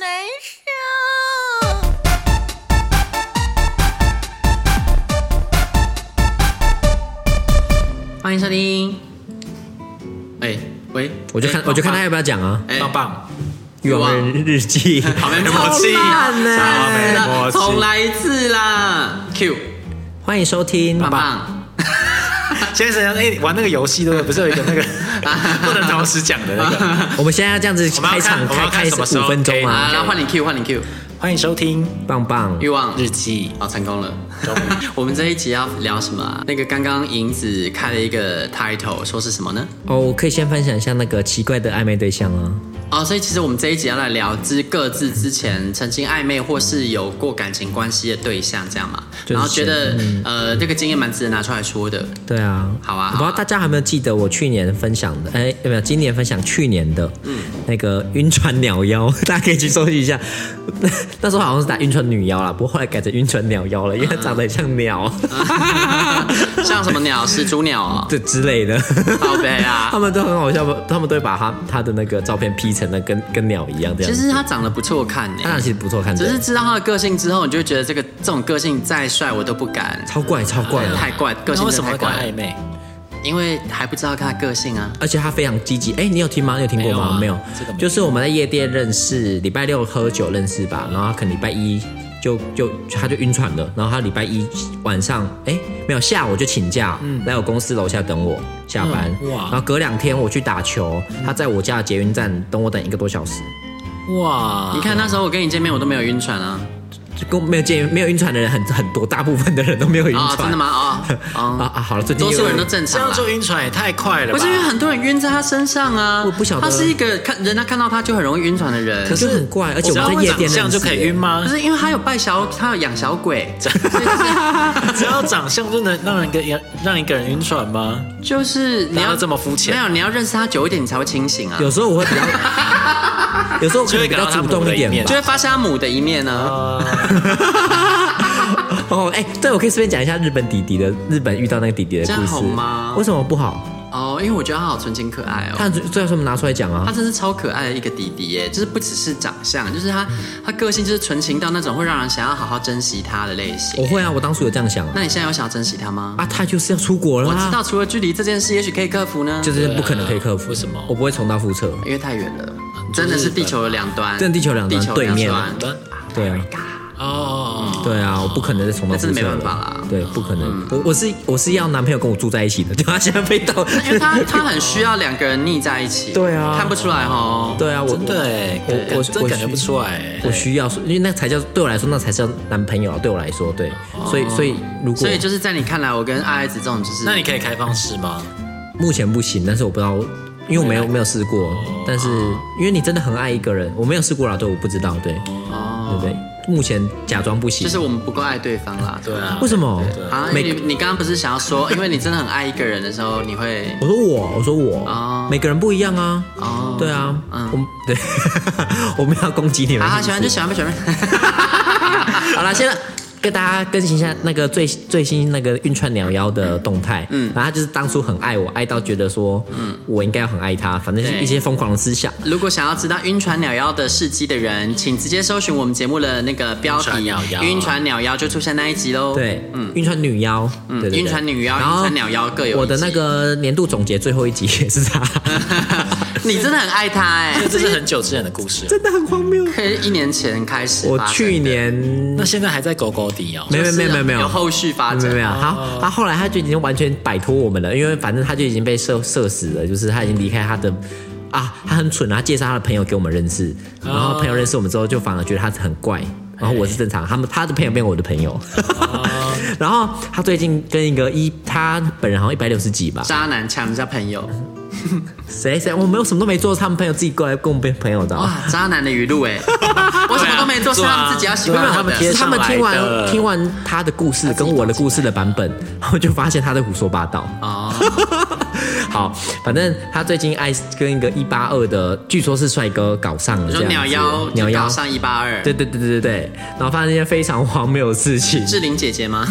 难受。欢迎收听。哎、喂，我哎就看，我就看他要不要讲啊。哎，棒棒，欲望日记，啊好没默契，超啊烂呢好没默契超没默契重来一次啦，Q，欢迎收听。棒棒，先生，哎、玩那个游戏对 不对？不是有一个那个不能同时讲的那个？我们现在要这样子我们开要看场，我们开要看开什么时候哎五分钟啊，啊，那换你 Q，换你 Q，欢迎收听棒棒欲。望日记。好，成功了。 我们这一集要聊什么、啊？那个刚刚银子开了一个 title，说是什么呢？哦，我可以先分享一下那个奇怪的暧昧对象啊。哦，所以其实我们这一集要来聊之各自之前曾经暧昧或是有过感情关系的对象，这样嘛？就是然后觉得、呃，这个经验蛮值得拿出来说 的。对啊，好啊好啊我不知道大家还有没有记得我去年分享的，哎，有没有？今年分享去年的，嗯，那个晕船鸟妖， 大家可以去搜集一下。 那时候好像是打晕船女妖啦，不过后来改成晕船鸟妖了，因为它长得很像 鸟，像什么鸟是猪鸟哦，这之类的。宝贝啊他。们都很好笑，他们都会把他他的那个照片 P 成那跟跟鸟一样这其样子。实他长得不错看呢、他俩其实不错看的，只是知道他的个性之后，你就会觉得这个这种个性再帅我都不敢，超怪超怪哎的，太怪，个那性为真什的太么会跟怪他暧了。昧？因为还不知道他的个性啊。而且他非常积极。哎、你有听吗？你有听过吗？没没有有，啊这个没有就是我们在夜店认识，礼拜六喝酒认识吧，然后他可能礼拜一就就他就晕船了，然后他礼拜一晚上哎、没有下午就请假，来我公司楼下等我下班，嗯哇然后隔两天我去打球，他在我家的捷运站等我等一个多小时，哇，啊你看那时候我跟你见面，我都没有晕船啊。就跟我没有见没有晕船的人很很多，大部分的人都没有晕船，啊，真的吗？？啊啊啊，啊，好 了，最近多数又人都正这常样啦。做晕船也太快了吧？不是因为很多人晕在他身上啊，我不晓他得是一个看人家看到他就很容易晕船的人。可是很怪，而且只我要们在会夜长店相认就识可以晕吗不？是因为他有拜小，他有养小鬼，所以就是只要长相就能让人个让一个人晕船吗？就是你哪要有这么肤浅没有，你要认识他久一点，你才会清醒啊。有时候我会比较，有时候我可能比较主动一点就吧。会发现他母的一面呢。呃哦，哎、对，我可以顺便讲一下日本弟弟的日本遇到那个弟弟的这故样事好吗为什么不好？哦，因为我觉得他好纯情可爱他哦。最后我们拿出来讲他啊。真是超可爱的一个弟弟耶，就是不只是长相，就是他他个性就是纯情到那种会让人想要好好珍惜他的类型我。会啊，我当初有这样想啊。那你现在有想要珍惜他吗？啊，他就是要出国了、我啊，知道，除了距离这件事，也许可以克服呢，就是不可能可以克服。为什么我不会重蹈覆辙。因为太远了，呃真的是地球的两端，真的地球两端地球两对面端对啊，哦，对啊，我不可能再重蹈覆辙那真了。的没办法啦嗯对，不可能。我我是我是要男朋友跟我住在一起的，就 他现在 被盗。因为 他他很需要两个人腻在一起，对啊看不出来哦。对啊，我真的哎，我我我真的感觉不出来哎。我需要，因为那才叫对我来说，那才叫男朋友啊。对我来说，对，所以所以如果哦所以就是在你看来，我跟爱子这种就是，那你可以开放式吗？目前不行，但是我不知道，因为我没啊有没有试过。但是因为你真的很爱一个人，我没有试过啦，对，我不知道，对，哦，对不对？目前假装不行，就是我们不够爱对方啦。对啊，为什么？啊，因为你你刚刚不是想要 说，因为你真的很爱一个人的时候，你会我说我，我说我，哦每个人不一样啊。哦对啊，嗯我们对， 我们要攻击你们。啊，喜是不欢嗯是 就喜欢，不喜欢。 好了，现在跟大家更新一下那个最最新那个晕船鸟妖的动态。嗯，然后他就是当初很爱我，爱到觉得说，嗯，我应该要很爱他，反正就是对一些疯狂的思想。如果想要知道晕船鸟妖的事迹的人，请直接搜寻我们节目的那个标题晕船鸟“妖晕船鸟妖”，就出现那一集喽。啊对，嗯，晕船女妖，嗯对对对晕船女妖然后晕船鸟妖各有一集我的那个年度总结最后一集也是他， 你真的很爱他哎、 这是很久之前的故事哦，真的很荒谬。可以一年前开始我发生的。去年那现在还在狗狗底哦。没有就是啊没有没有没有有后续发没展。有没有，好，他后来他就已经完全摆脱我们了，因为反正他就已经被射射死了，就是他已经离开他的啊，他很蠢，他介绍他的朋友给我们认识，然后朋友认识我们之后，就反而觉得他很怪。然后我是正常，他们他的朋友变我的朋友。然后他最近跟一个一，他本人好像一百六十几吧，渣男抢人家朋友，谁谁我没有什么都没做，他们朋友自己过来跟我们变朋友的。哇，渣男的语录 哎，我什么都没做，是他们自己要喜欢对啊我没有他们的贴。是他们听上来完的听完他的故事跟我的故事的版本，然后就发现他在胡说八道。哦， 好，反正他最近爱跟一个一八二的，据说是帅哥搞上了你这说样鸟子妖，鸟妖就搞，上一八二，对对对对对对，然后发生一件非常荒谬的事情，志玲姐姐吗？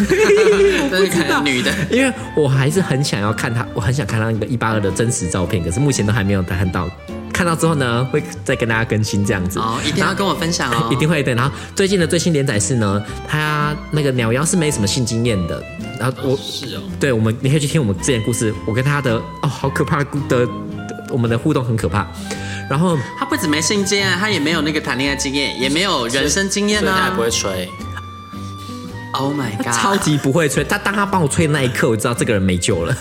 那是可能女的，因为我还是很想要看他，我很想看到那个一八二的真实照片，可是目前都还没有看到。看到之后呢，会再跟大家更新这样子。哦，一定要跟我分享哦，一定会对。然后最近的最新连载是呢，他那个鸟妖是没什么性经验的。然后我是哦，对我们你可以去听我们之前的故事，我跟他的哦好可怕的故的的我们的互动很可怕。然后他不止没性经验，他也没有那个谈恋爱经验，也没有人生经验所以他也啊不。会吹。 Oh my 他 god！超级不会吹，他当他帮我吹的那一刻，我知道这个人没救了。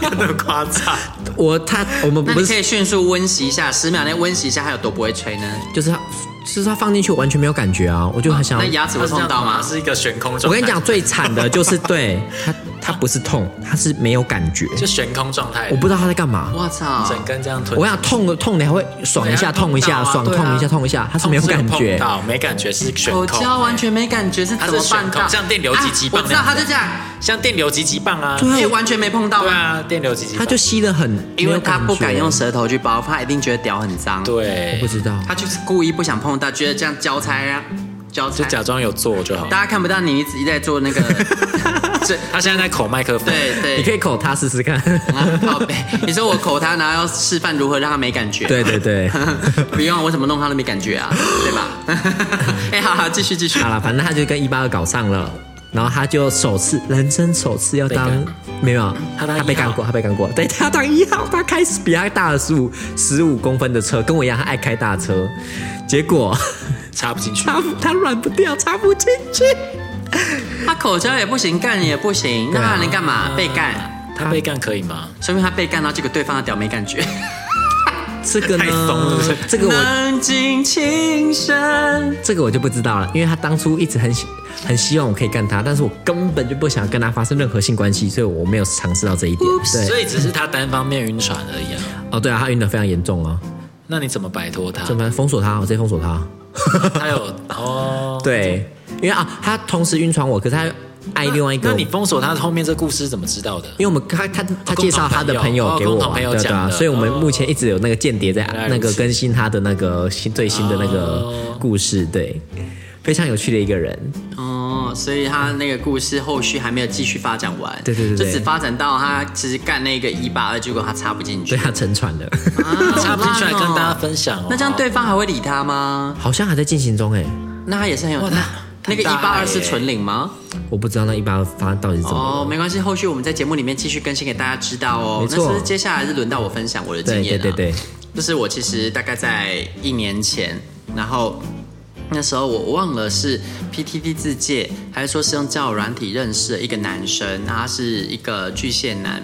那么夸张，我他我们那不你可以是迅速温习一下，十秒内温习一下，他有多不会吹呢？就是他就是他放进去我完全没有感觉啊，我就很想哦那。牙齿会痛到吗？是一个悬空状 态。我跟你讲，最惨的就是对他他不是痛，他是没有感觉，就悬空状态，我不知道他在干嘛。我操！整根这样吞。我想痛的痛，你还会爽一下，对啊痛一下，痛爽到啊痛一下，痛一下，它是没有感碰觉。到没感觉是悬口空，交完全没感觉是怎么办它到？是悬空像电流击击棒啊我知道那样他就这样，像电流击击棒啊，对哎，完全没碰到对啊，啊，电流击击棒，它就吸得很，因没为有他感觉不敢用，舌头去包，他一定觉得屌很脏。，不对，知道。他就是故意不想碰到，觉得这样交差啊，交就差。假装有做就好。大家看不到你，你自己在做 那个，这他现在在口麦克风，对对，你可以口它试试 看。啊，靠背。你说我口他，然后要示范如何让他没感觉。对对对， 不用，我怎么弄他都没感觉啊，对吧？ 哎、好好，继续继续好。了，反正他就跟一八二搞上了，然后他就首次人生首次要当没有，他当一号被干过，他被干过，对他要当一号，他开始比他大了十五十五公分的车，跟我一样，他爱开大车，结果 插不进去。他他软不掉，插不进去。他口交也不行，干也不行，那啊他能干嘛？被干，啊他被干可以吗？说明他被干到这个对方的屌没感觉。这个太怂呢了是不，这个我能尽情深，这个我就不知道了，因为他当初一直很希很希望我可以干他，但是我根本就不想跟他发生任何性关系，所以我没有尝试到这一点。对，所以只是他单方面晕船而已啊。哦对啊，他晕得非常严重啊，那你怎么摆脱他？怎么封锁他？我直接封锁他。他有哦，对，因为啊，他同时晕船我，可是他爱另外一个那。你封锁他后面这故事是怎么知道的？因为我们他他他哦介绍他的朋友给共我同啊，朋友对啊对啊，讲的所以我们哦目前一直有那个间谍在原来如此那个更新他的那个新最新的那个哦故事，对，非常有趣的一个人，哦，所以他那个故事后续还没有继续发展完，对对对对就只发展到他其实干那个一八二，结果他插不进去，对他沉船了，啊，好插不进去来烂跟哦大家分享哦。那这样对方还会理他吗？ 好像还在进行中哎，那他也是很有那那个一很大八欸二是纯零吗？我不知道那一八发到底是怎么了哦，没关系，后续我们在节目里面继续更新给大家知道哦。没那错是不是接下来是轮到我分享我的经对验、对啊、对对，就是我其实大概在一年前，然后那时候我忘了是 PTT 自介，还是说是用交友软体认识的一个男生，他是一个巨蟹男。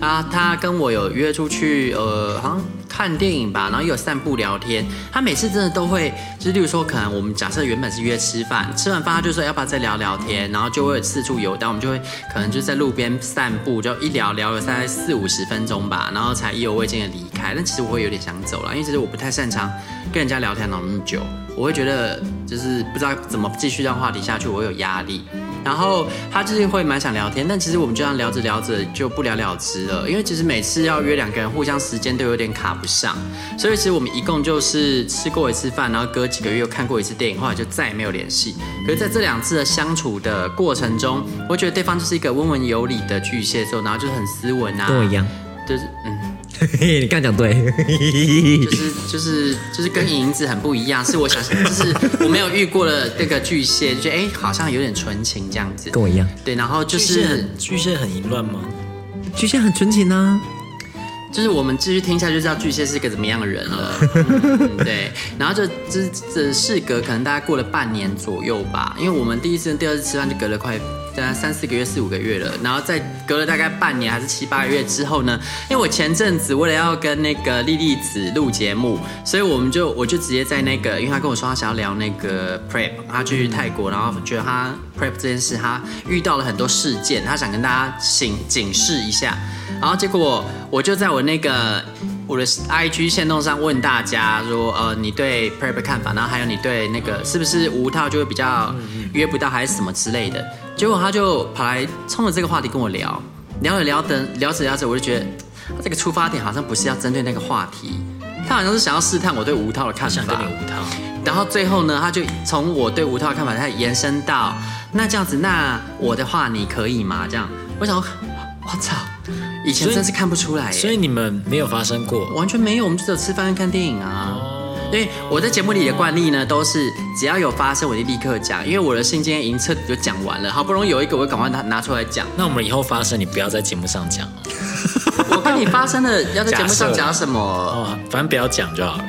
啊，他跟我有约出去，呃，好像看电影吧，然后也有散步聊天。他每次真的都会，就是例如说，可能我们假设原本是约吃饭，吃完饭他就说要不要再聊聊天，然后就会四处游荡，我们就会可能就在路边散步，就一聊聊了大概四五十分钟吧，然后才意犹未尽的离开。但其实我会有点想走了，因为其实我不太擅长跟人家聊天聊那么久，我会觉得就是不知道怎么继续让话题下去，我会有压力。然后他就是会蛮想聊天，但其实我们就这样聊着聊着就不了了之了，因为其实每次要约两个人，互相时间都有点卡不上，所以其实我们一共就是吃过一次饭，然后隔几个月又看过一次电影，后来就再也没有联系。可是在这两次的相处的过程中，我觉得对方就是一个温文有礼的巨蟹座，然后就是很斯文啊，跟我一样， 就是嗯。你刚讲对， 就是就是就是跟银子很不一样，是我想就是我没有遇过的那个巨蟹，就觉得哎、好像有点纯情这样子。跟我一样，对，然后就巨蟹是很巨蟹很淫乱吗？巨蟹很纯情啊，就是我们继续听下去，知道巨蟹是个怎么样的人了。嗯对，然后就这这事隔可能大概过了半年左右吧，因为我们第一次跟第二次吃饭就隔了快等下三四个月、四五个月了，然后再隔了大概半年还是七八个月之后呢， 因为我前阵子为了要跟那个莉莉子录节目，所以我们就我就直接在那个，因为她跟我说她想要聊那个 prep，她去泰国，然后觉得她 prep 这件事，她遇到了很多事件，她想跟大家警警示一下，然后结果我就在我那个。我的 IG 线动上问大家说，呃，你对 prep 的看法，然后还有你对那个是不是无套就会比较约不到，还是什么之类的。结果他就跑来冲着这个话题跟我聊，聊着聊着聊着聊着，我就觉得他这个出发点好像不是要针对那个话题，他好像是想要试探我对无套的看法。想跟你无套，然后最后呢，他就从我对无套的看法，他延伸到那这样子，那我的话你可以吗？这样，我想，我操，以前真是看不出来耶。所以你们没有发生过，完全没有，我们就只有吃饭看电影啊。哦因为我在节目里的惯例呢，都是只要有发生，我就立刻讲，因为我的信今天已经彻底就讲完了，好不容易有一个，我就赶快拿拿出来讲。那我们以后发生，你不要在节目上讲哦我跟你发生的，要在节目上假设讲什么？哦，反正不要讲就好了。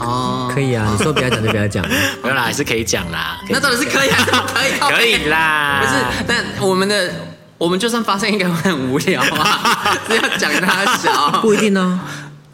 哦，可以啊，你说不要讲就不 要讲。没有啦，还是可以讲啦。可以那到底是可以还是不可以？靠 可背以啦，不是，但我们的我们就算发生，应该会很无聊啊， 只要讲他小。 不一定呢、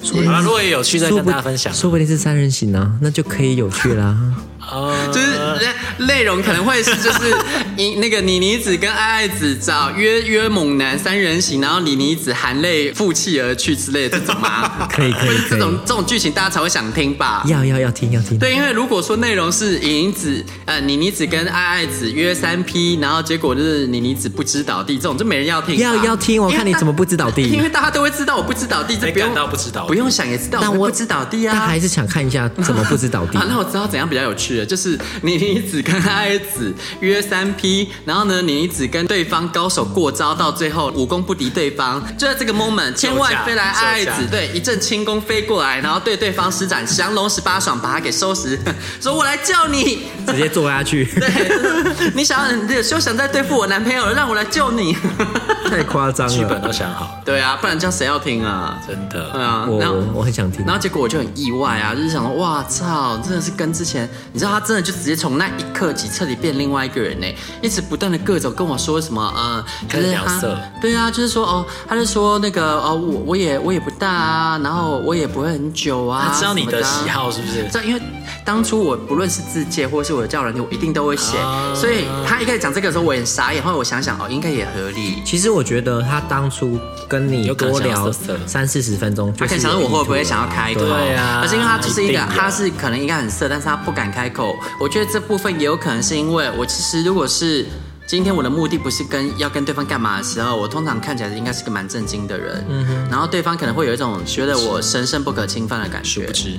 说好了，如果有趣再说跟不大家分享。说不定是三人行啊，那就可以有趣啦。哦，就是内容可能会是就是 你那个妮妮子跟爱爱子找约约猛男三人行，然后妮妮子含泪负气而去之类的这种 吗？可以可以会是这种可以这种剧情大家才会想听吧？要要要听要听，对，因为如果说内容是妮妮子呃妮妮子跟爱爱子约三 P，然后结果就是妮妮子不知倒地，这种就没人要听吧。要要听，我看你怎么不知倒因地为。大家都会知道我不知倒地，这没不用感到不知道，哦不用想也知道，但我我不知倒地但啊。还是想看一下怎么不知 倒地啊，。那我知道怎样比较有趣了，就是妮妮子跟爱子约三 P，然后呢，妮妮子跟对方高手过招，到最后武功不敌对方，就在这个 moment，千万飞来爱手子架，对，一阵轻功飞过来，然后对对方施展降龙十八掌，把他给收拾， 说我来救你， 直接坐下去，对，你想你休想再对付我男朋友了，让我来救你， 太夸张 剧本了。都想好了，对啊，不然这样谁要听啊？真对的。啊，我然后我我很想听然，后结果我就很意外啊，就是想说，哇操，真的是跟之前，你知道他真的就直接从那一刻起彻底变另外一个人呢，一直不断的各种跟我说什么，呃，开始就是聊他色对啊，就是说哦，他就说那个哦，我我也我也不大啊，然后我也不会很久啊，他知道你的什么啊喜好是不是？知道，因为当初我不论是自介或是我的教人，我一定都会写，啊所以他一开始讲这个的时候，我也很傻眼，后来我想想哦，应该也合理。其实我觉得他当初跟你有可能多想要聊色色三四十分钟，他可能想说我会不会想要开口，对啊而是因为他就是一一个定有，他是可能应该很色，但是他不敢开口。我觉得这部分也有可能是因为我其实如果是今天我的目的不是跟要跟对方干嘛的时候，我通常看起来应该是个蛮震惊的人，嗯然后对方可能会有一种觉得我神圣不可侵犯的感觉，不知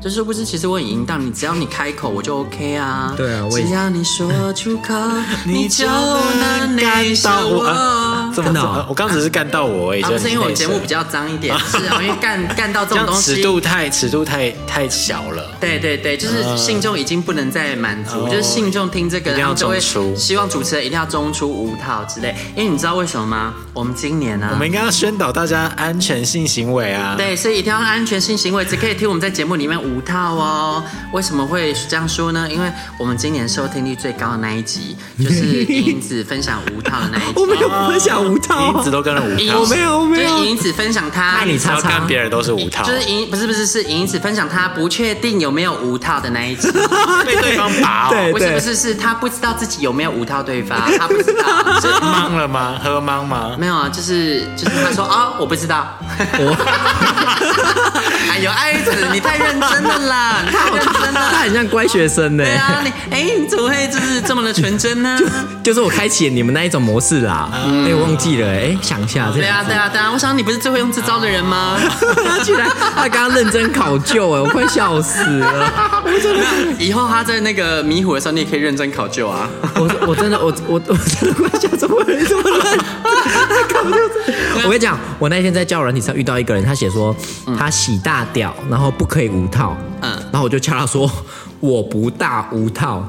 就是殊不知，其实我很淫荡，你只要你开口，我就 OK 啊。对啊我也只要你说出 口，你就能感受我。这么真的这哦么我刚只是干到我而已，啊，就不是因为我内节目 射比较脏一点，是啊，因为干干到这这种样东西，尺度太尺度太太小了。对对对，就是信众已经不能再满足，嗯哦就是信众听这个，一定然要后就会中出希望主持人一定要中出五套之类。因为你知道为什么吗？我们今年呢、啊我们应该要宣导大家安全性行为啊。，对，所以一定要安全性行为，只可以听我们在节目里面五套哦。为什么会这样说呢？因为我们今年收听率最高的那一 集，就是银子分享五套的那一集。我没有分享无套银子，都跟了五银套，我没有我没就有是银子分享他，那你只要干别人都是五套，就是银不是不是是银子分享他不确定有没有五套的那一集。被 对方拔哦。对不是不是，是他不知道自己有没有五套对 方，他不知道，是懵了吗？喝懵吗？没有啊，就是就是他说啊、我不知 道。哎呦，爱子，你太认真了啦， 你太认真他了。很像乖学生呢对，啊，你哎、你怎么会就是这么的纯真 呢？就是我开启了你们那一种模式啦。嗯哎，我忘记了，哎，想一下，这对啊，样对啊，对啊，我想你不是最会用这招的人吗？啊他居然他刚刚认真考究，哎，我快笑死了。以后他在那个迷糊的时候，你也可以认真考究 啊。我我真的我我我真的快笑，怎么会这么认真？搞不清楚 我跟你讲，我那天在交友软体上遇到一个人，他写说他喜大屌，然后不可以无套，嗯嗯，然后我就敲他说我不大无套，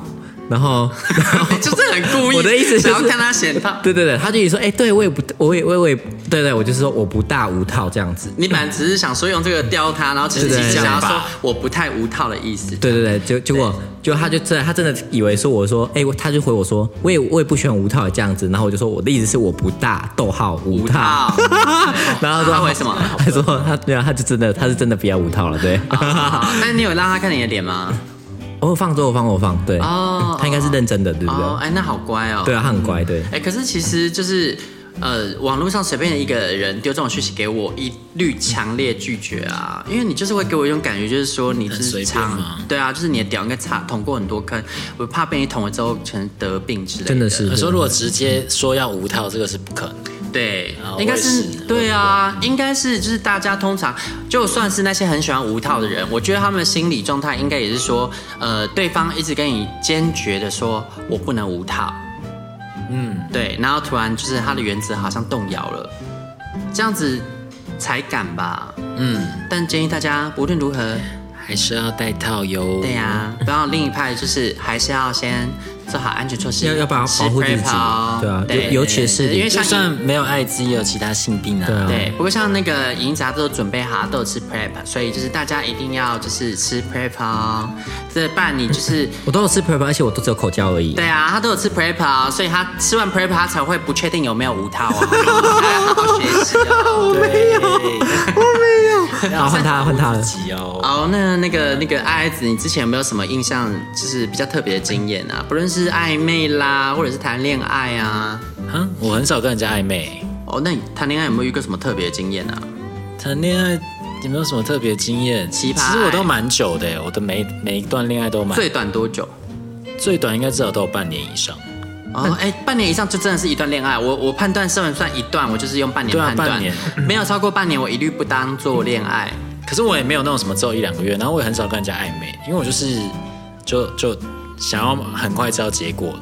然后，然后 就是很故意。我的意思就是想要看他显胖。对对对，他就一直说，哎、对我也不，我也我也我也，对对，我就是说我不大无套这样子。你本来只是想说用这个吊他，然后其实对对对想要对说吧我不太无套的意思。对对对，结结果就他就真的他真的以为说我说，哎、我他就回我说，我也我也不喜欢无套这样子，然后我就说我的意思是我不大逗号无无套，套 然后说他回什么他说他对啊，他就真的他是真的不要无套了，对，哦啊但是你有让他看你的脸吗？我放我放我放，对，哦他应该是认真的，对不对？哦，哎，那好乖哦。对啊，他很乖，对。哎、可是其实就是，呃，网络上随便一个人丢这种讯息给我，一律强烈拒绝啊，因为你就是会给我一种感觉，就是说你很随是便长嘛，对啊，就是你的屌应该插捅过很多坑，我怕被你捅了之后可能得病之类的，真的是你说如果直接说要无套，这个是不可能的。对啊，应该我也是是对啊，应该是就是大家通常就算是那些很喜欢无套的人，我觉得他们的心理状态应该也是说，呃，对方一直跟你坚决的说我不能无套，嗯，对，然后突然就是他的原则好像动摇了，这样子才敢吧，嗯，但建议大家无论如何，还是要戴套哟。对呀、不要另一派就是还是要先做好安全措施，要要保吃保护自己 Prepal，对啊对，尤尤其是因为像就你算没有艾滋，也有其他性病啊。对啊对，不过像那个银杂都有准备好，都有吃 prep，所以就是大家一定要就是吃 prep 哦，这不然你就是。我都有吃 prep，而且我都只有口交而已。对啊，他都有吃 prep 哦，所以他吃完 prep 他才会不确定有没有无套哦，他要好好学习哦。好，换他，换他了。急哦，好，那那个那个爱子，你之前有没有什么印象，就是比较特别的经验啊？不论是暧昧啦，或者是谈恋爱啊。啊，我很少跟人家暧昧，哦，那你谈恋爱有没有遇过什么特别的经验啊？谈恋爱有没有什么特别经验？奇葩其实我都蛮久的耶，欸我的每每一段恋爱都蛮最短多久？最短应该至少都有半年以上。哦，哎、半年以上就真的是一段恋爱。我我判断算不算一段，我就是用半年对啊判断，半年 没有超过半年，我一律不当做恋爱。 可是我也没有那种什么只有一两个月，然后我也很少跟人家暧昧，因为我就是就就想要很快知道结果，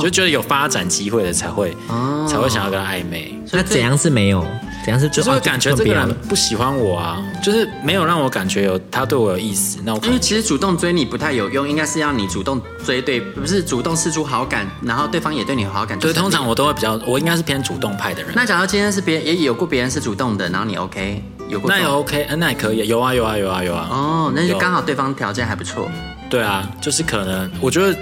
就觉得有发展机会的才会、哦才会想要跟他暧昧。那怎样是没有？怎样是就是会哦感觉就这不个要人了？不喜欢我啊，就是没有让我感觉有他对我有意思，那我可因为能其实主动追你不太有用，应该是要你主动追对，不是主动示出好感，然后对方也对你有好感。对就是通常你我都会比较，我应该是偏主动派的人。那假如今天是别人也有过别人是主动的，然后你 OK 有过那也有 OK，呃那也可以，有啊有啊有啊有啊。哦，那就有刚好对方条件还不错。对啊，就是可能我觉得，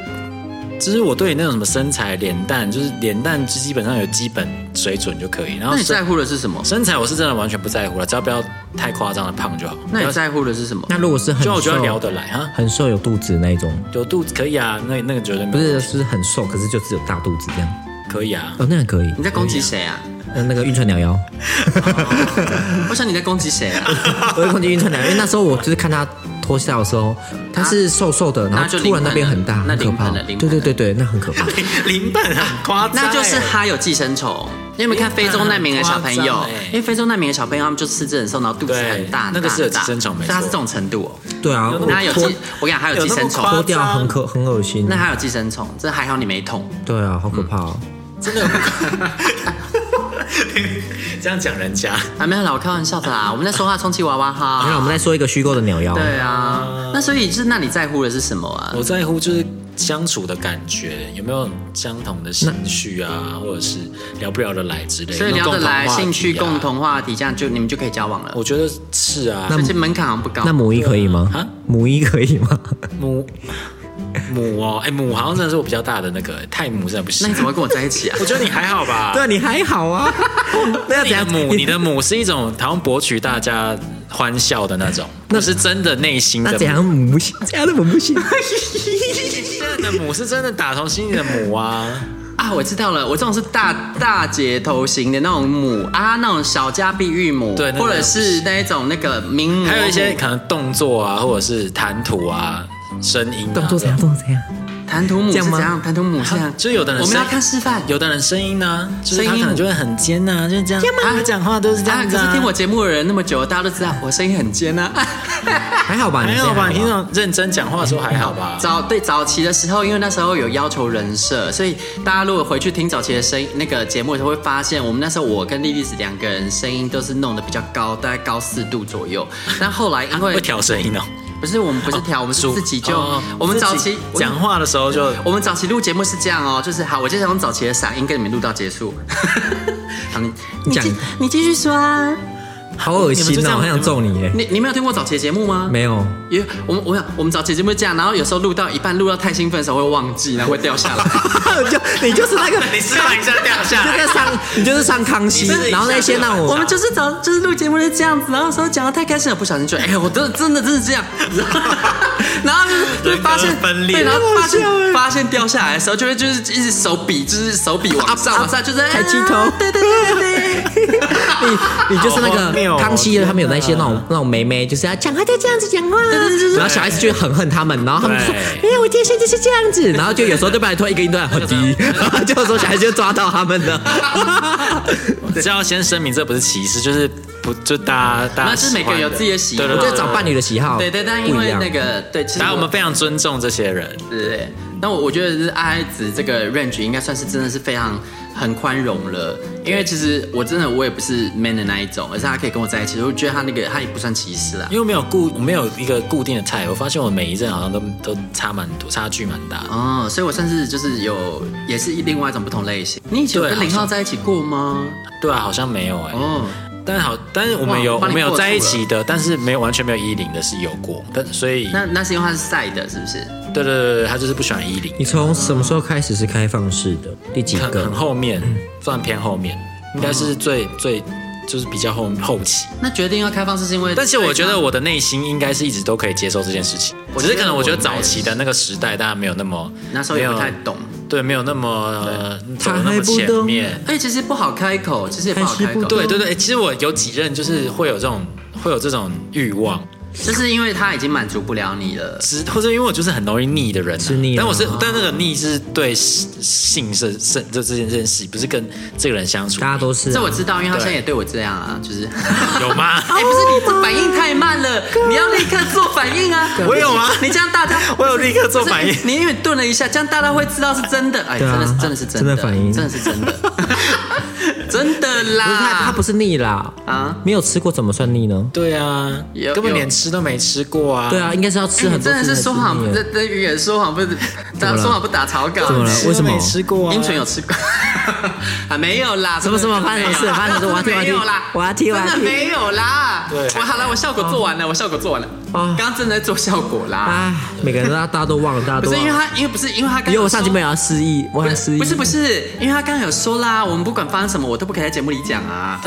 就是我对那种什么身材、脸蛋，就是脸蛋基基本上有基本水准就可以。然后那你身在乎的是什么？身材我是真的完全不在乎了，只要不要太夸张的胖就好。那不你要在乎的是什么？那如果是很就我觉得瘦聊得来哈，很瘦有肚子那一种，有肚子可以啊，那那个绝对没不有是是很瘦，可是就只有大肚子这样。可以啊。 哦，那样可以呃你。在攻击谁啊？那那个晕船鸟妖，我想你在攻击谁啊？我会攻击晕船鸟妖，因为那时候我就是看他脱下的时候，他是瘦瘦的，然那后就临突然盆那边很大，了那很可临盆怕了。临对盆对了对对，那很可怕。零半很夸张欸，那就是他有寄生虫。你有没有看非洲难民的小朋很夸友张欸？因为非洲难民的小朋友，他们就吃这种瘦，然后肚子对很大，那个是有很大寄生虫没错所以他是这种程度哦。对啊，我那有脱寄，我跟你讲，还有寄生有那么夸虫脱，掉很可很恶心那。还有寄生虫，这还好你没捅。对啊，好可怕哦。这样讲人家。 啊，没有啦，我开玩笑的啦。我们在说话充气娃娃好那哈。我们再说一个虚构的鸟妖。对啊，那所以就是，那你在乎的是什么啊？我在乎就是相处的感觉，有没有相同的兴趣啊，或者是聊不聊得来之类的。所以聊得来，有没有共同话题兴啊趣共，同话题，这样就你们就可以交往了我。觉得是啊。而且门槛好像不高那。母一可以吗？啊母一可以吗？母母哦，哎、母好像真的是我比较大的那个，太母真的不那你行。？怎么会跟我在一起啊我觉得你还好吧？对，你还好啊。 那要那怎你的样？母，你的母是一种好像博取大家欢笑的那种，那是真的内心的那母。怎样母不行？这样的母不 行。真的母是真的打从心里的母啊！啊，我知道了，我这种是大大姐头型的那种母啊，那种小家碧玉母，对那个或者是那一种那个名模，还有一些可能动作啊，或者是谈吐啊、声音、啊、动作怎样？这种动作怎样？弹涂母是这样怎吗样？弹涂母是这样，啊就是有的人我们声要看示范。有的人声音呢，就是他声音可能就会很尖呐、就是这样。他讲话都是这啊，样可子、是啊。听我节目的人那么久，大家都知道我声音很尖啊。 还好吧？还好吧？你这听样种认真讲话的时候还好吧？早对早期的时候，因为那时候有要求人设，所以大家如果回去听早期的声音那个节目，就会发现我们那时候我跟莉莉子两个人声音都是弄得比较高，大概高四度左右。但后来因为啊会调声音哦，不是我们不是调，我们是主自己就哦我们自己早期讲。话的时候就我们早期录节目是这样哦，就是好，我就想用早期的嗓音跟你们录到结束。好，你你讲继你继续说啊。好恶你们就心这哦，样我想揍你耶！你你没有听过早期的节目吗？没有，因为我们我想我们早期节目这样，然后有时候录到一半，录到太兴奋的时候会忘记，然后会掉下来。 就你就是那个， 你是哪一下掉下就在上， 你就是上康熙，你是然后那啊些让我我们就是啊早就是录节目是这样子，然后有时候讲的太开心了，不小心就哎、我真的真的真的这样，然后就是就发现人格分裂对，然后发现好笑欸发现掉下来的时候，就会就是一直手比，就是手比往上啊往上，就是哎抬鸡头对对对对对， 你就是那好荒谬个哦康熙的，他们有那些那种那种妹妹，就是要讲话就这样子讲话啊，然后小孩子就很恨他们，然后他们就说对没有，我天生就是这样子，然后就有时候就把突然一个音段很低，然后就说小孩子就抓到他们的， 这要先声明，这不是歧视，就是不就大家大家那就是每个人有自己的喜好我欢对觉得对找伴侣的喜好对对，但因不一为样那。个对，其实然后我们非常尊重这些人，对对对，那我我觉得是爱子这个 range 应该算是真的是非常很宽容了，因为其实我真的我也不是 man 的那一种，而是他可以跟我在一起，我觉得他那个他也不算歧视啦。因为没有固，我没有一个固定的菜，我发现我每一任好像都都差蛮多，差距蛮大的。哦，所以我算是就是有，也是另外一种不同类型。你以前有对跟好林像浩在一起过吗？对啊，好像没有哎、哦，但好，但是我们有哇我帮你们有破除在了一起的，但是没有完全没有依零的是有过，但所以那那是因为他是晒的，是不是？对对对对，他就是不喜欢依零，你从什么时候开始是开放式的？第几很个很？后面，算偏后面，应该嗯是最最就是比较后后期。那决定要开放式是因为，但是我觉得我的内心应该是一直都可以接受这件事情，啊我只觉得是可能我觉得我们早期的那个时代，大家没有那么那时候也不没有太懂。对，没有那么呃走得他那还么不前懂面。哎、其实不好开口，其实也不好还开是不口。对对对，欸其实我有几任就是会有这种会有这种欲望，就是因为他已经满足不了你了。只或者因为我就是很容易腻的人、啊，是腻啊但我是但那个腻是对性是是这这件这件事，不是跟这个人相处。大家 都是啊这我知道，因为他对现在也对我这样啊，就是， 有吗？ 哎、不是你这反应太慢了，你要立刻做反应 啊！我有吗你这样大家，我有立刻做反应不是你因为顿了一下，这样大家会知道是真的。哎，对真啊的是真的是真的，真的反应真的是真 的，真的啦。不是他，他不是是腻啦啊，没有吃过怎么算腻呢？对啊，有根本有连吃都没吃过啊。对啊，应该是要哎吃你很多真的次才是说腻谎，耶这这语言说谎不是打么了说谎不打草稿，怎么了吃都为什么没吃过啊？英纯有吃过 啊？没有啦，什么什么发生什么事发生什么事我要听没有啦，我要听我要听真的没有啦。对我好了，我效果做完了，我效果做完了，啊刚刚正在做效果啦。啊，每个 人都大家都忘了，大家不都是因忘为了。他，因为不是啊因为他刚刚因为我有上说期没有要失忆，我很失忆。不是不是，因为他刚刚有说啦，我们不管发生什么，我都不可以在节目里讲啊。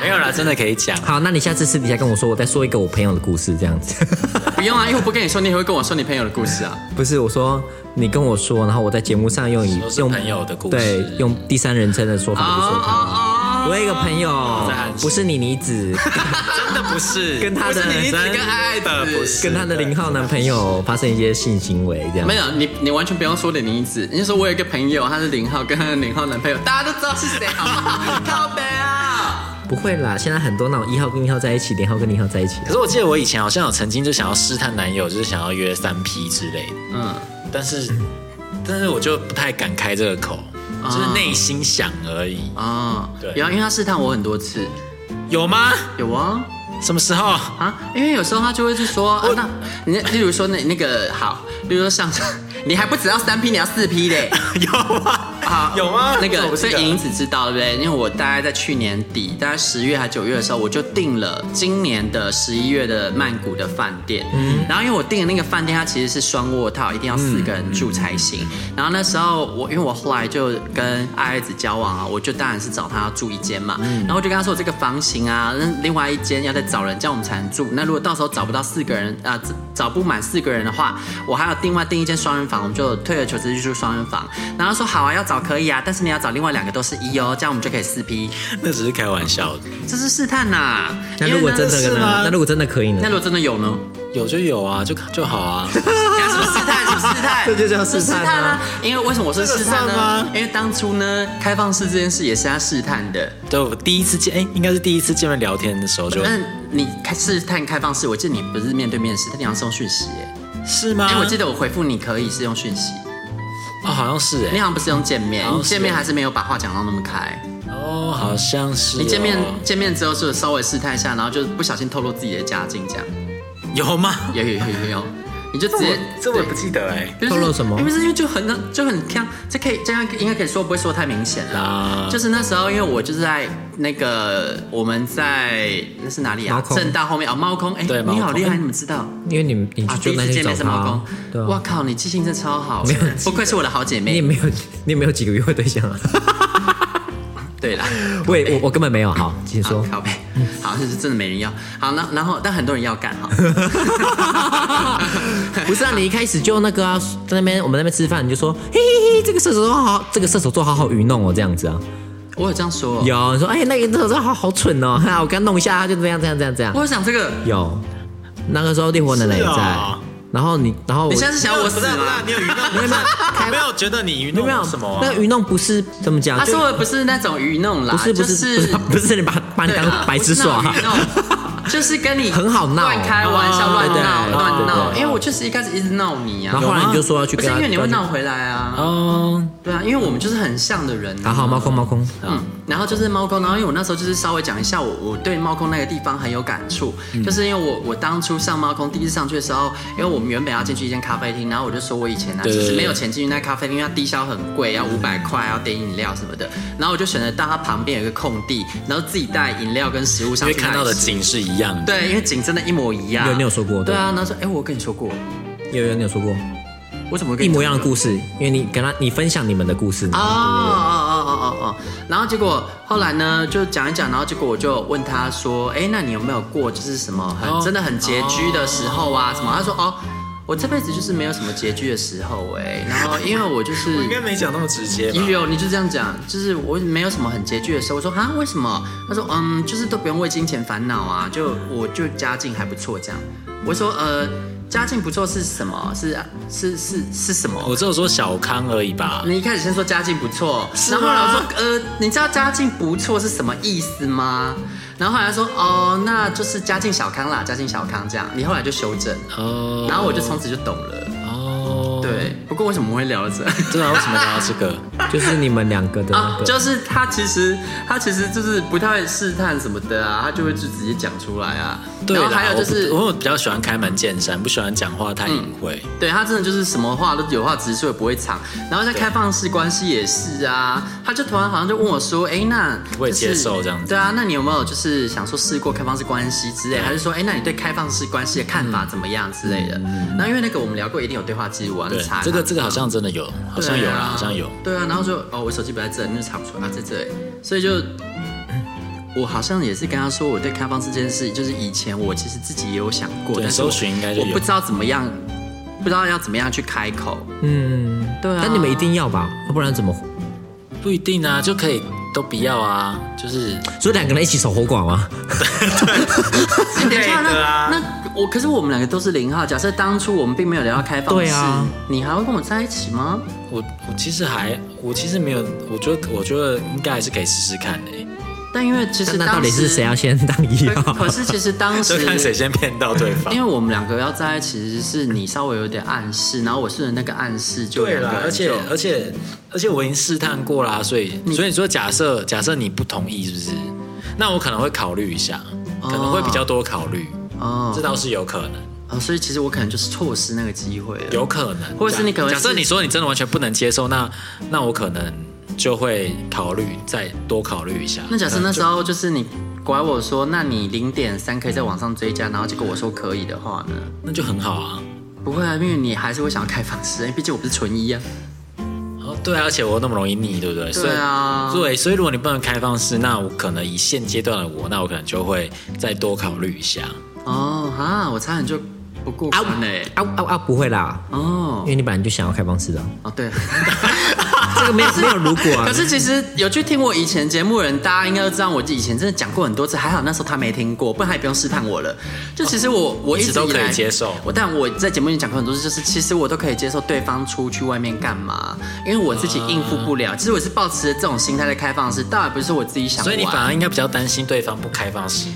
没有啦，真的可以讲。好，那你下次私底下跟我说，我再说一个我朋友的故事，这样 子。不用啊，因为我不跟你说，你也会跟我说你朋友的故事啊。不是，我说你跟我说，然后我在节目上用以都是用朋友的故事对，用第三人称的说哦法去说他。哦我有一个朋友在暗，示不是你妮 子，真的不是跟他的不是你一直真跟爱爱的子不是跟他的零号男朋友发生一些性行为，这样没。有，你你完全不用说的名字，你就说我有一个朋友，他是零号，跟他的零号男朋友，大家都知道是谁，好不好？靠北啊！不会啦，现在很多那种一号跟一号在一起，零号跟零号在一起啊可。是我记得我以前好像有曾经就想要试探男友，就是想要约三 P 之类的，嗯，但是但是我就不太敢开这个口，就是内心想而已。哦，对有啊，因为他试探我很多次，有吗？有啊。什么时候？啊，因为有时候他就会去说，啊、那你例如说那那个好，例如说像 你还不只要三 P，你要四 P 嘞， 有啊吗好？有吗？那怎么个，不是所以莹莹子知道对不对？因为我大概在去年底，大概十月还九月的时候，我就订了今年的十一月的曼谷的饭店。嗯，然后因为我订的那个饭店，它其实是双卧套，一定要四个人住才行。嗯然后那时候我，因为我后来就跟爱爱子交往啊，我就当然是找他住一间嘛。嗯然后我就跟他说，我这个房型啊，那另外一间要再找人，这样我们才能住。那如果到时候找不到四个人啊、找不满四个人的话，我还要另外订一间双人房，我们就退而求其次去住双人房。然后说好啊，要找可以啊，但是你要找另外两个都是一哦，这样我们就可以四 P。那只是开玩笑的，这是试探呐、那如果真的因为跟呢他，那如果真的可以呢那？如果真的有 呢？有就有啊，就就好 啊。那是不是试探？是不是试探？这就叫试探啊这是啊！因为为什么我说试探这个算呢吗？因为当初呢，开放式这件事也是他试探的。对，我第一次见，哎、应该是第一次见面聊天的时候就但你开试探开放式，我记得你不是面对面试探，你好像是用讯息耶。是吗？因为我记得我回复你可以是用讯息，哦，好像是哎、你好像不是用见面，好像你是见面还是没有把话讲到那么开。哦，哦，好像是哦、你见面见面之后是稍微试探一下，然后就不小心透露自己的家境，这样有吗？有有有有有，你就直接对记得哎、比如透说露什么因为这就就很就很像，这可以这样应该可以说不会说太明显了。啊，就是那时候，因为我就是在那个我们在那是哪里猫啊？空正大后面哦，猫空哎，对猫你好空厉害，你怎么知道？因为你们你啊，第就一那次去见找面是他猫啊空，，对哇啊，靠，你记性真的超好没有，不愧是我的好姐你妹。也没有你也没有几个约会对象 啊，对啦，喂，我我根本没有，好，请说好，靠背，好，这是真的没人要。好，那然后但很多人要干 哈。 不是啊，你一开始就那个啊，在那边我们那边吃饭，你就说，嘿嘿嘿，这个射手座好，这个射手座好好愚弄哦，这样子啊，我有这样说哦，有你说，哎、那个射手座好好蠢哦， 哈，我刚弄一下，他就这样这样这样这样我，有想这个。有，那个时候烈火奶奶也在，是啊哦然后你，然后我你现在是想要我不死是啊不是啊吗？你有愚弄，没有没有觉得你愚没有弄没有什么、啊？那个愚弄不是怎么讲，他就说啊的不是那种愚弄啦，不是不是、 就是不是不是你把把你对啦当白痴啊耍、不是那种愚弄就是跟你很好闹乱开玩笑、哦乱闹、对对乱闹。对对因为我就是一开始一直闹你然啊后，后来你就说要去不跟是他，因为你会要闹去回来啊，哦，对啊，因为我们就是很像的人啊，好，猫空猫空，嗯，然后就是猫空，然后因为我那时候就是稍微讲一下我我对猫空那个地方很有感触，嗯就是因为我我当初上猫空第一次上去的时候，因为我们原本要进去一间咖啡厅，然后我就说我以前啊对对其实对没有钱进去那咖啡厅，因为它低消很贵，要五百块，要点饮料什么的，然后我就选择到它旁边有一个空地，然后自己带饮料跟食物因上为去看到那的里吃。景是一样的。对，因为景真的一模一样。有你有说过对啊，然后说，哎、我有跟你说过，有有你有说过我怎么会跟一你模一样说的过故事，因为你跟他你分享你们的故事哦哦哦哦嘛，哦哦，然后结果后来呢，就讲一讲，然后结果我就问他说，哎，那你有没有过就是什么很、哦真的很拮据的时候啊？什么？他说哦，我这辈子就是没有什么拮据的时候哎、然后因为我就我应该是。没讲那么直接吧一？有你就这样讲，就是我没有什么很拮据的时候。我说啊，为什么？他说嗯，就是都不用为金钱烦恼啊，就我就家境还不错这样。我说呃，家境不错是什么？是是是是什么？我只有说小康而已吧。你一开始先说家境不错，是然啊后吗后来我说，呃，你知道家境不错是什么意思吗？然后后来他说，哦，那就是家境小康啦，家境小康这样。你后来就修正，哦，然后我就从此就懂了。哦，对，不过为什么我会聊到这？对啊，为什么聊到这个？就是你们两个的那嗯啊，个，就是他其实他其实就是不太会试探什么的啊，他就会就直接讲出来啊。对然啦，后还有就是我不我比较喜欢开门见山，不喜欢讲话太隐晦。对他真的就是什么话都有话直说，也不会藏。然后在开放式关系也是啊，他就突然好像就问我说：“哎，那、就是、我也接受这样子对啊，那你有没有就是想说试过开放式关系之类？还是说，哎，那你对开放式关系的看嗯法怎么样之类的？那、因为那个我们聊过，一定有对话记录啊，你对查，啊这个这个好像真的有，好像有啦，好像有。。对啊，然后就哦，我手机不在这，你就查不出来，啊在这里，所以就。我好像也是跟他说，我对开放式这件事，就是以前我其实自己也有想过，对但是我搜寻应该就我有不知道怎么样，不知道要怎么样去开口。嗯，对啊但你们一定要吧，要不然怎么？不一定啊，就可以都不要啊，就是所以两个人一起守活寡 吗？哎等一下， 对的啊那那我可是我们两个都是零号，假设当初我们并没有聊到开放式，对啊你还会跟我在一起吗？我我其实还我其实没有，我觉得我觉得应该还是可以试试看的、但因为其实那当到底是时谁要？先当啊一可 号？可是其实当时就看谁先骗到对方因。 为我们两个要在一起，其实是你稍微有点暗示，然后我顺着那个暗示就对两个啦，人而且就而且而且我已经试探过啦，所以所以你说假设假设你不同意是不是？那我可能会考虑一下，哦可能会比较多考虑，哦这倒是有可能，哦，所以其实我可能就是错失那个机会了。有可能。或者是你可能假是设你说你真的完全不能接受，那那我可能就会考虑再多考虑一下。那假设那时候就是你拐我说，那你零点三可以在网上追加，然后结果我说可以的话呢？那就很好啊。不会啊，因为你还是会想要开放式，因为毕竟我不是纯一啊。哦，对啊，而且我那么容易腻，对不对？对啊所以对，所以如果你不能开放式，那我可能以现阶段的我，那我可能就会再多考虑一下。哦哈，我差点就不过啊关了欸。 啊啊啊！不会啦，因哦为你本来就想要开 放式的啊，哦 对，这个没有没有如果啊可。是其实有去听我以前节目的人，大家应该都知道，我以前真的讲过很多次，还好那时候他没听过，不然他也不用试探我了。就其实我、我一哦一直直都以可以来接受我但我在节目里讲过很多次，就是其实我都可以接受对方出去外面干嘛，因为我自己应付不了。其实我是抱持着这种心态在开放式，倒也不是我自己想玩。嗯所以你反而应该比较担心对方不开放式。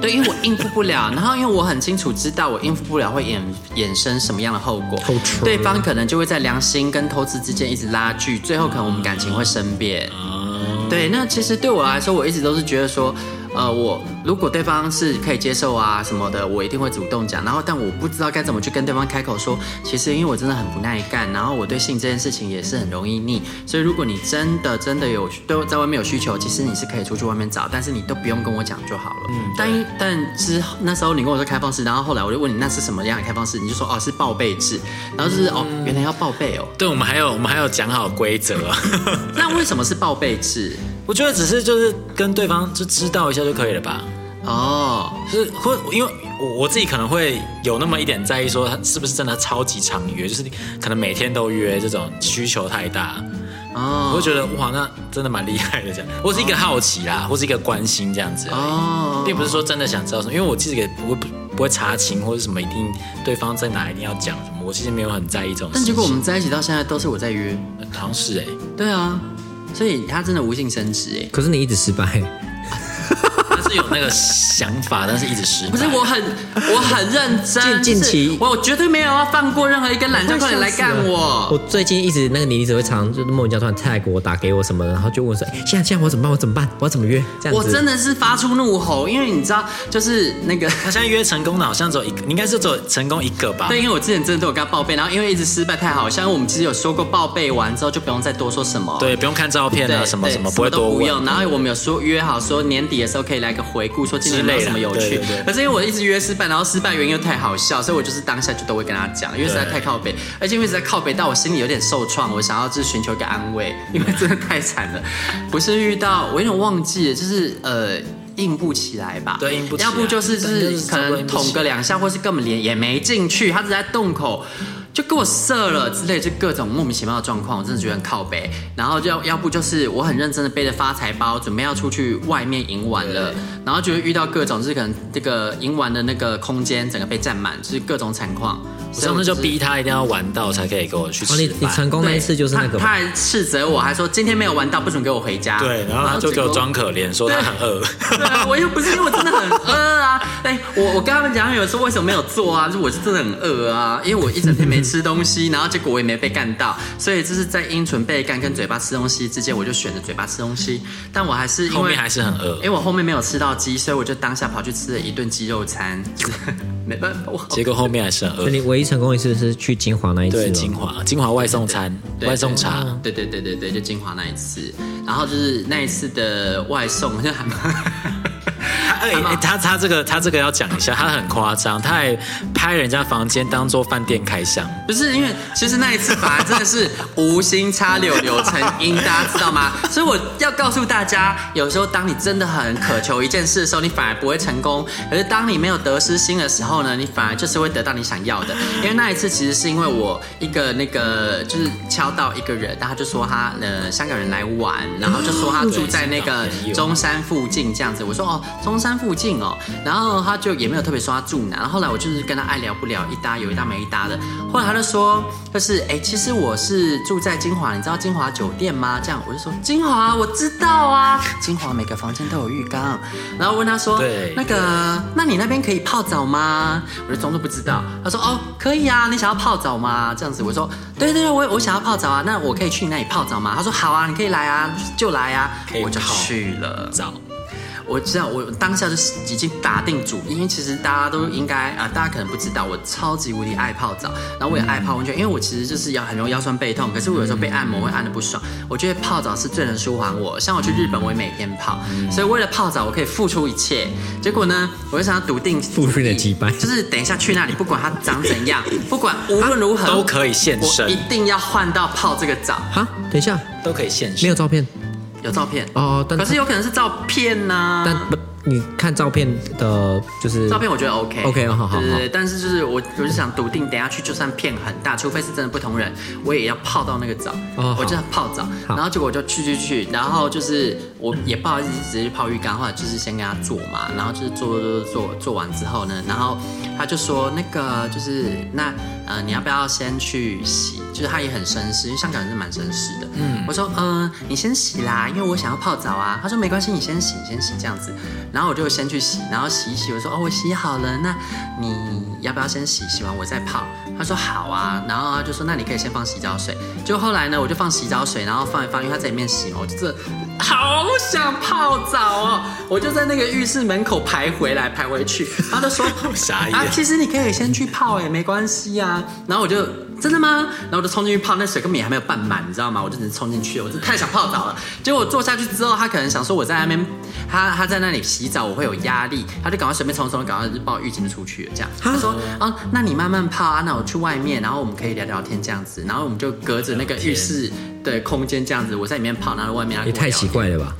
对，因为我应付不了，然后因为我很清楚知道我应付不了会衍衍生什么样的后果偷吃，对方可能就会在良心跟偷吃之间一直拉锯，最后可能我们感情会生变。哦，对，那其实对我来说，我一直都是觉得说，呃，我如果对方是可以接受啊什么的，我一定会主动讲。然后，但我不知道该怎么去跟对方开口说。其实，因为我真的很不耐干，然后我对性这件事情也是很容易腻。所以，如果你真的真的有对我在外面有需求，其实你是可以出去外面找，但是你都不用跟我讲就好了。嗯，但但之后那时候你跟我说开放式，然后后来我就问你那是什么样的开放式，你就说哦是报备制，然后就是、哦原来要报备哦。对，我们还有我们还有讲好规则 啊。那为什么是报备制？我觉得只是就是跟对方就知道一下就可以了吧。哦，就是会，因为我我自己可能会有那么一点在意，说他是不是真的超级常约，就是可能每天都约这种需求太大，我哦会觉得哇，那真的蛮厉害的这样。我是一个好奇啦，或是一个关心这样子而已，哦，并不是说真的想知道什么，因为我自己也不会不会查情或者什么，一定对方在哪一定要讲什么，我其实没有很在意这种事但情。结果我们在一起到现在都是我在约，好像是哎、对啊，所以他真的无性生殖哎、可是你一直失败，他是有那个想法，但是一直失败。不是我 很我很认真，近近期就是我绝对没有要放过任何一根懒觉，快点来干我我！最近一直那个妮妮只会常就是莫名其妙突然泰国打给我什么的，然后就问我说：“哎、现在这样我怎么办？我怎么办？我要怎么约？”这样我子，真的是发出怒吼，因为你知道，就是那个。他现在约成功的，好像只有一个，你应该是只有成功一个 吧？对，因为我之前真的都有跟他报备，然后因为一直失败太好，像我们其实有说过，报备完之后就不用再多说什么。对，不用看照片对，啊，什么对什么，都会多不问。用。然后我们有说约好说年底的时候可以来个回顾，说今年有没有之类什的么有趣对对对。可是因为我一直约失败，然后失败原因又太好笑，所以我就是当下就都会跟他讲，因为实在对太靠北，而且因为实在靠北到我心里有点受创，我想要就是寻求一个安 慰，因为真的太惨了。不是遇到我有点忘记了，就是呃。硬不起来吧，对硬不起来要不就是就真的是是可差不多能硬不起捅来个两下，或是根本连也没进去，他只在洞口就给我射了之类，就各种莫名其妙的状况，我真的觉得很靠北。然后就要要不就是我很认真的背着发财包，准备要出去外面赢完了，嗯然后就遇到各种就是可能这个赢完的那个空间整个被占满，就是各种惨况。我上次所就以我是逼他一定要玩到才可以跟我去哦，吃你你饭。成功那一次就是那个对他，他还斥责我，还说今天没有玩到，不准给我回家。对，然后他就结给果我装可怜，说他很饿。对啊，我又不是因为我真的很饿啊。 哎、我我跟他们讲，有时候为什么没有做啊？就是我是真的很饿啊，因为我一整天没吃东西，然后结果我也没被干到，所以就是在阴唇被干跟嘴巴吃东西之间，我就选择嘴巴吃东西。但我还是因 后为面还是很饿因为我后面没有吃到鸡，所以我就当下跑去吃了一顿鸡肉餐， 就是没办法，我结果后面还是很所以饿。你唯一成功一次是去金华那一次对，吗，精华精华外送餐、对外送茶，对对对对对，就精华那一次，然后就是那一次的外送 就还蛮。他哎、哎他他这个他这个要讲一下，他很夸张，他还拍人家房间当做饭店开箱。不是因为，其实那一次反而真的是无心插柳柳成荫，大家知道吗？所以我要告诉大家，有时候当你真的很渴求一件事的时候，你反而不会成功；可是当你没有得失心的时候呢，你反而就是会得到你想要的。因为那一次其实是因为我一个那个就是敲到一个人，然后他就说他呃香港人来玩，然后就说他住在那个中山附近这样子。我说哦，中山附近哦，然后他就也没有特别说他住哪。然后后来我就是跟他爱聊不聊，一搭有一搭没一搭的。后来他就说，就是哎、其实我是住在金华，你知道金华酒店吗？这样我就说金华我知道啊，金华每个房间都有浴缸。然后问他说，对那个，那你那边可以泡澡吗？我就装作不知道。他说哦，可以啊，你想要泡澡吗？这样子，我说对对对，我我想要泡澡啊，那我可以去你那里泡澡吗？他说好啊，你可以来啊，就来啊可，以我就泡去了。澡，我知道，我当下就是已经打定主意，因为其实大家都应该啊、大家可能不知道，我超级无敌爱泡澡，然后我也爱泡温泉，因为我其实就是要很容易腰酸背痛，可是我有时候被按摩会按的不爽，我觉得泡澡是最能舒缓我。像我去日本，我也每天泡，嗯所以为了泡澡，我可以付出一切。结果呢，我就想要笃定付出你的击败就是等一下去那里，不管它长怎 样，不管无论如何都可以现身我一定要换到泡这个澡。哈，等一下，都可以现身。没有照片有照片，哦，但可是有可能是照片啊呐、但啊不，你看照片的，就是照片我觉得 OK。 OK，好好哦好对对对，但是就是我，我就想笃定，等一下去就算片很大，除非是真的不同人，我也要泡到那个澡。哦好我就要泡澡，好然后结果我就去去去，然后就是我也不好意思直接去泡浴缸，后来就是先跟他做嘛，然后就是做做做做做完之后呢，然后他就说那个就是那呃你要不要先去洗？就是他也很绅士，因为香港人是蛮绅士的。嗯，我说嗯、呃你先洗啦，因为我想要泡澡啊。他说没关系，你先洗，你先洗这样子。然后我就先去洗，然后洗一洗，我说哦我洗好了，那你。要不要先洗，洗完我再泡？他说好啊，然后他就说那你可以先放洗澡水。就后来呢，我就放洗澡水，然后放一放，因为他在里面洗嘛，我就真的好想泡澡哦，我就在那个浴室门口徘徊来徘徊去。他就说傻眼啊，其实你可以先去泡哎、没关系啊。然后我就真的吗？然后我就冲进去泡，那水根本也还没有半满，你知道吗？我就只是冲进去了，我真的太想泡澡了。结果我坐下去之后，他可能想说我在那边，他他在那里洗澡，我会有压力，他就赶快随便冲一冲，赶快就抱浴巾出去了。这样他说啊，那你慢慢泡啊，那我去外面，然后我们可以聊聊天这样子，然后我们就隔着那个浴室的空间这样子，我在里面泡，然后外面他也跟我太聊奇怪了吧？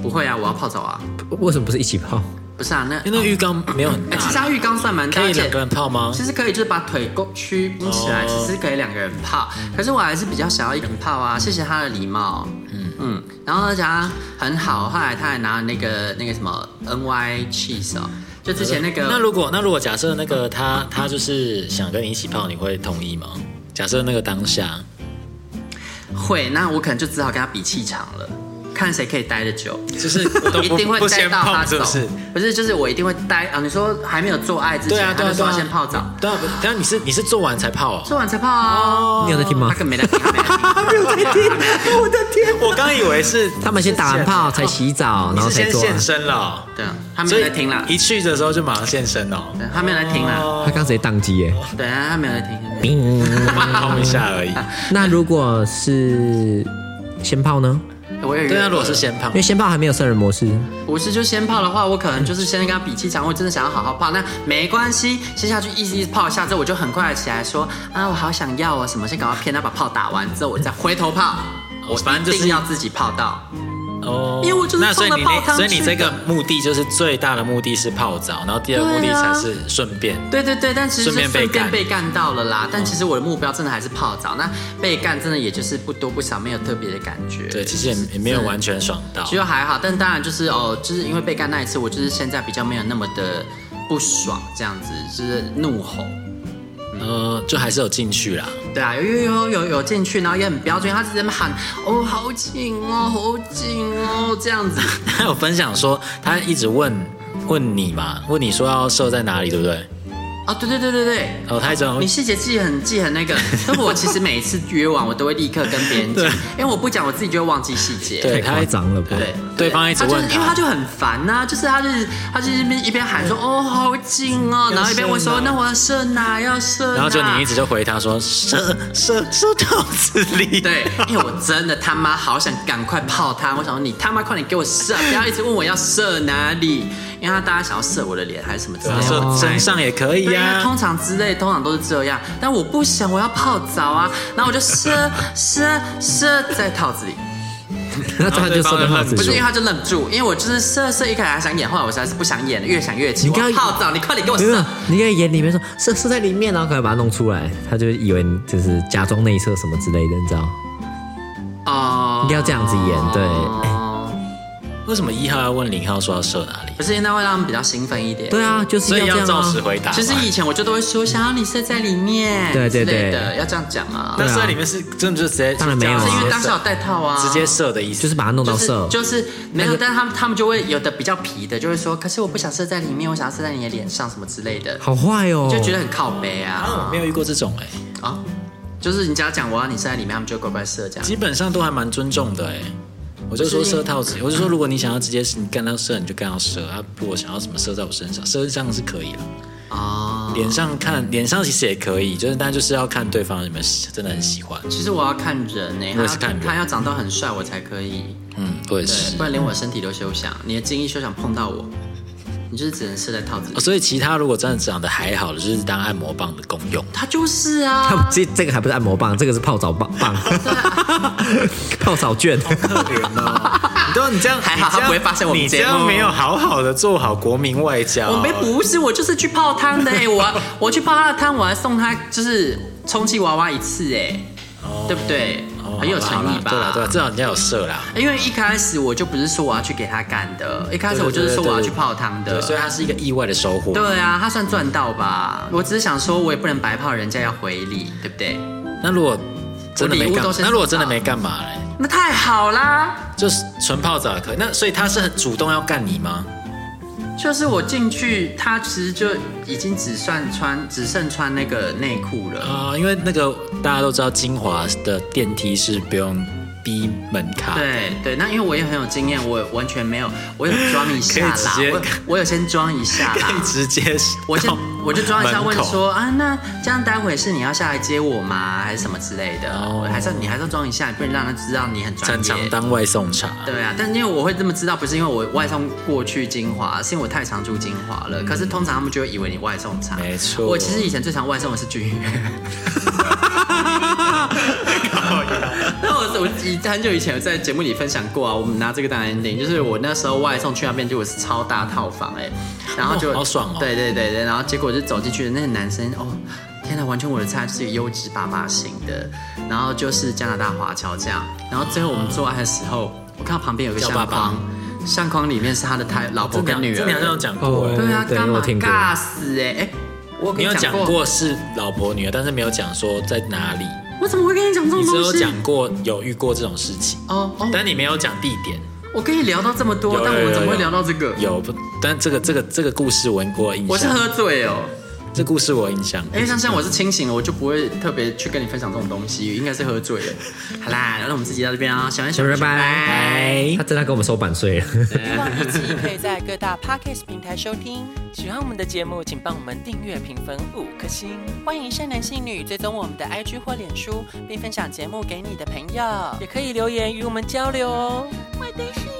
不会啊，我要泡澡啊，为什么不是一起泡？不是啊，那因为那浴缸没有很哎其实大，它浴缸算蛮大，可以而且两个人泡吗其？实可以，就是把腿勾屈起来，哦嗯其实可以两个人泡。可是我还是比较想要一个人泡啊，谢谢他的礼貌。嗯嗯，然后而且他很好，后来他还拿那个那个什么 N Y cheese 哦，就之前那个那如果那如果假设那个他他就是想跟你一起泡，你会同意吗？假设那个当下，会，那我可能就只好跟他比气场了。看谁可以待得久， 就是我都一不定会不待先到他碰，走是不是？，不是，就是我一定会待啊。你说还没有做爱之对啊，前，对他啊，就对说啊，要先泡澡，对啊，不等一下你是你是做完才泡哦。做完才泡啊。你有在听吗他？可没在听，他没在听 我刚以为是他们先打完泡才洗澡，哦你然后是才先做啊。现身了对啊，他哦，没有在听啦。一去的时候就马上现身哦，对他没有来听啦，他刚直接宕机耶。对啊，他没有来听。他没有来听泡一下 而已。 那如果是先泡呢？我也对啊，如果是先胖因为，先泡还没有圣人模式，我是就先泡的话，我可能就是先跟他比气场，我真的想要好好泡，那没关系，先下去一直一直泡一下之后，我就很快地起来说啊，我好想要啊什么，先赶快骗他把泡打完之后，我再回头泡，我反正一 就定是要自己泡到。哦，因为我就是那所以你冲着泡那汤所以你去这个的目的就是最大的目的是泡澡，然后第二个目的对啊才是顺便。对对对，但其实顺是便被顺便干哦被干到了啦。但其实我的目标真的还是泡澡，那被干真的也就是不多不少，没有特别的感觉。对，其实也也没有完全爽到。其实还好，但当然就是哦，就是因为被干那一次，我就是现在比较没有那么的不爽，这样子就是怒吼。呃，就还是有进去啦。 对啊，有有有有有进去，然后也很标准，他直接喊哦好紧哦好紧哦这样子， 他有分享说，他一直问问你嘛，问你说要射在哪里，对不对？哦对对对对对。哦，他一直你细节记得很记得很 那个，但我其实每一次约完，我都会立刻跟别人讲，因为我不讲，我自己就会忘记细节。对太他夸张了吧？对，对方一直问他就是因为他就很烦呐、就是他就是他就是一边一边喊说哦好紧哦，然后一边问要说射哪那我要射哪要射哪，然后就你一直就回他说射射射到子里。对，啊因哎为我真的他妈好想赶快泡他，我想说你他妈快点给我射，不要一直问我要射哪里，因为他大家想要射我的脸还是什么之类然后的。射啊身上也可以啊对啊，呀、通常之类通常都是这样，但我不想，我要泡澡啊，然后我就射射射在套子里，那这样就射在泡子不是因为里。他就愣住，因为我就是射射一开始还想演，后来我实在是不想演了，越想越气，你我刚要刚泡澡，你快点给我没有没有射，，你可以眼里面说射射在里面，然后赶快把它弄出来，他就以为你就是假装内射什么之类的，你知道？哦应该要这样子演对为什么一号要问零号说要射哪里？不是因为会让他们比较兴奋一点，对啊，就是所以这要样照实啊。回答嘛。其实以前我就都会说想要你射在里面，对之对类的对要这样讲啊。但射里面是真的就直接当然没有啊是因为当时有射戴套啊，直接射的意思，就是把它弄到射，就是没有，但是他们他们就会有的比较皮的，就会说，可是我不想射在里面，我想要射在你的脸上什么之类的，好坏哦，就觉得很靠背啊，我啊没有遇过这种哎、啊，就是人家讲我要你射在里面，他们就乖乖射这样。基本上都还蛮尊重的哎、我就说射套子，我就说如果你想要直接你干到射，你就干到射啊。如果想要什么射在我身上，射上是可以了。哦，脸上看，脸上其实也可以，就是但就是要看对方有没有喜真的很喜欢。其实我要看人呢、他我也要是看人他要长到很帅我才可以，嗯，我也对，是不。然连我身体都休想，你的精液休想碰到我，你就是只能射在套子里哦。所以其他如果真的长得还好的，就是当按摩棒的功用。他就是啊，他这这个还不是按摩棒，这个是泡澡棒 棒， 泡澡卷。特别哦，你都你这 样还好你这样他不会发现我们你这节样目没有好好的做好国民外 交。我没不是，我就是去泡汤的哎、我 我去泡他的汤，我还送他就是充气娃娃一次哎、对不对？哦很有好啦诚好啦意吧？对啦对啦，至少人家有射啦。因为一开始我就不是说我要去给他干的，一开始我就是说我要去泡汤的对，所以它是一个意外的收获。对啊，他算赚到吧？我只是想说，我也不能白泡，人家要回礼，对不对？那如果真的没我礼物干都，先那如果送真到的没干嘛嘞，那太好啦，就是纯泡澡也可以。那所以他是很主动要干你吗？就是我进去，他其实就已经只算穿，只剩穿那个内裤了。啊、因为那个大家都知道，金华的电梯是不用逼门卡，，对对，那因为我也很有经验，我完全没有，我有装一下啦可以直接，我我有先装一下可以啦。直接我先到我就装一下门问口说啊，那这样待会是你要下来接我吗，还是什么之类的？哦我还是要你还是要装一下，不能让他知道你很专常业。常当外送茶。对啊，但因为我会这么知道，不是因为我外送过去金华，是因为我太常住金华了。可是通常他们就会以为你外送差。没错我其实以前最常外送的是君悦。 那我我以很久以前有在节目里分享过啊，我们拿这个当 ending，就是我那时候外送去那边，结果是超大套房哎、然后就、哦好爽哦对对对对，然后结果就走进去，那个男生哦，天哪，完全我的菜，就是优质爸爸型的，然后就是加拿大华侨这样，然后最后我们做爱的时候，我看到旁边有个叫相爸啊框，爸相框里面是他的太老婆这跟娘女这娘儿，有讲过哎、哦对啊，对干我嘛有听过尬死哎、哎，我你跟有讲讲，过是老婆女儿，但是没有讲说在哪里。我怎么会跟你讲这种你只东有西？讲过有遇过这种事情，哦哦，但你没有讲地点。我跟你聊到这么多，有但我有们怎么有会聊到这个？有不？但这个这个这个故事我我有印象，我是喝醉哦。这故事我有印象。哎，像像我是清醒了，我就不会特别去跟你分享这种东西，应该是喝醉了。好啦，那我们自己到这边啊，小安小 拜安拜。他真的跟我们收版税了。希望一集可以在各 大 podcast 平台收听。喜欢我们的节目，请帮我们订阅、评分五颗星。欢迎善男信女追踪我们的 IG 或脸书，并分享节目给你的朋友，也可以留言与我们交流哦。我的世嗯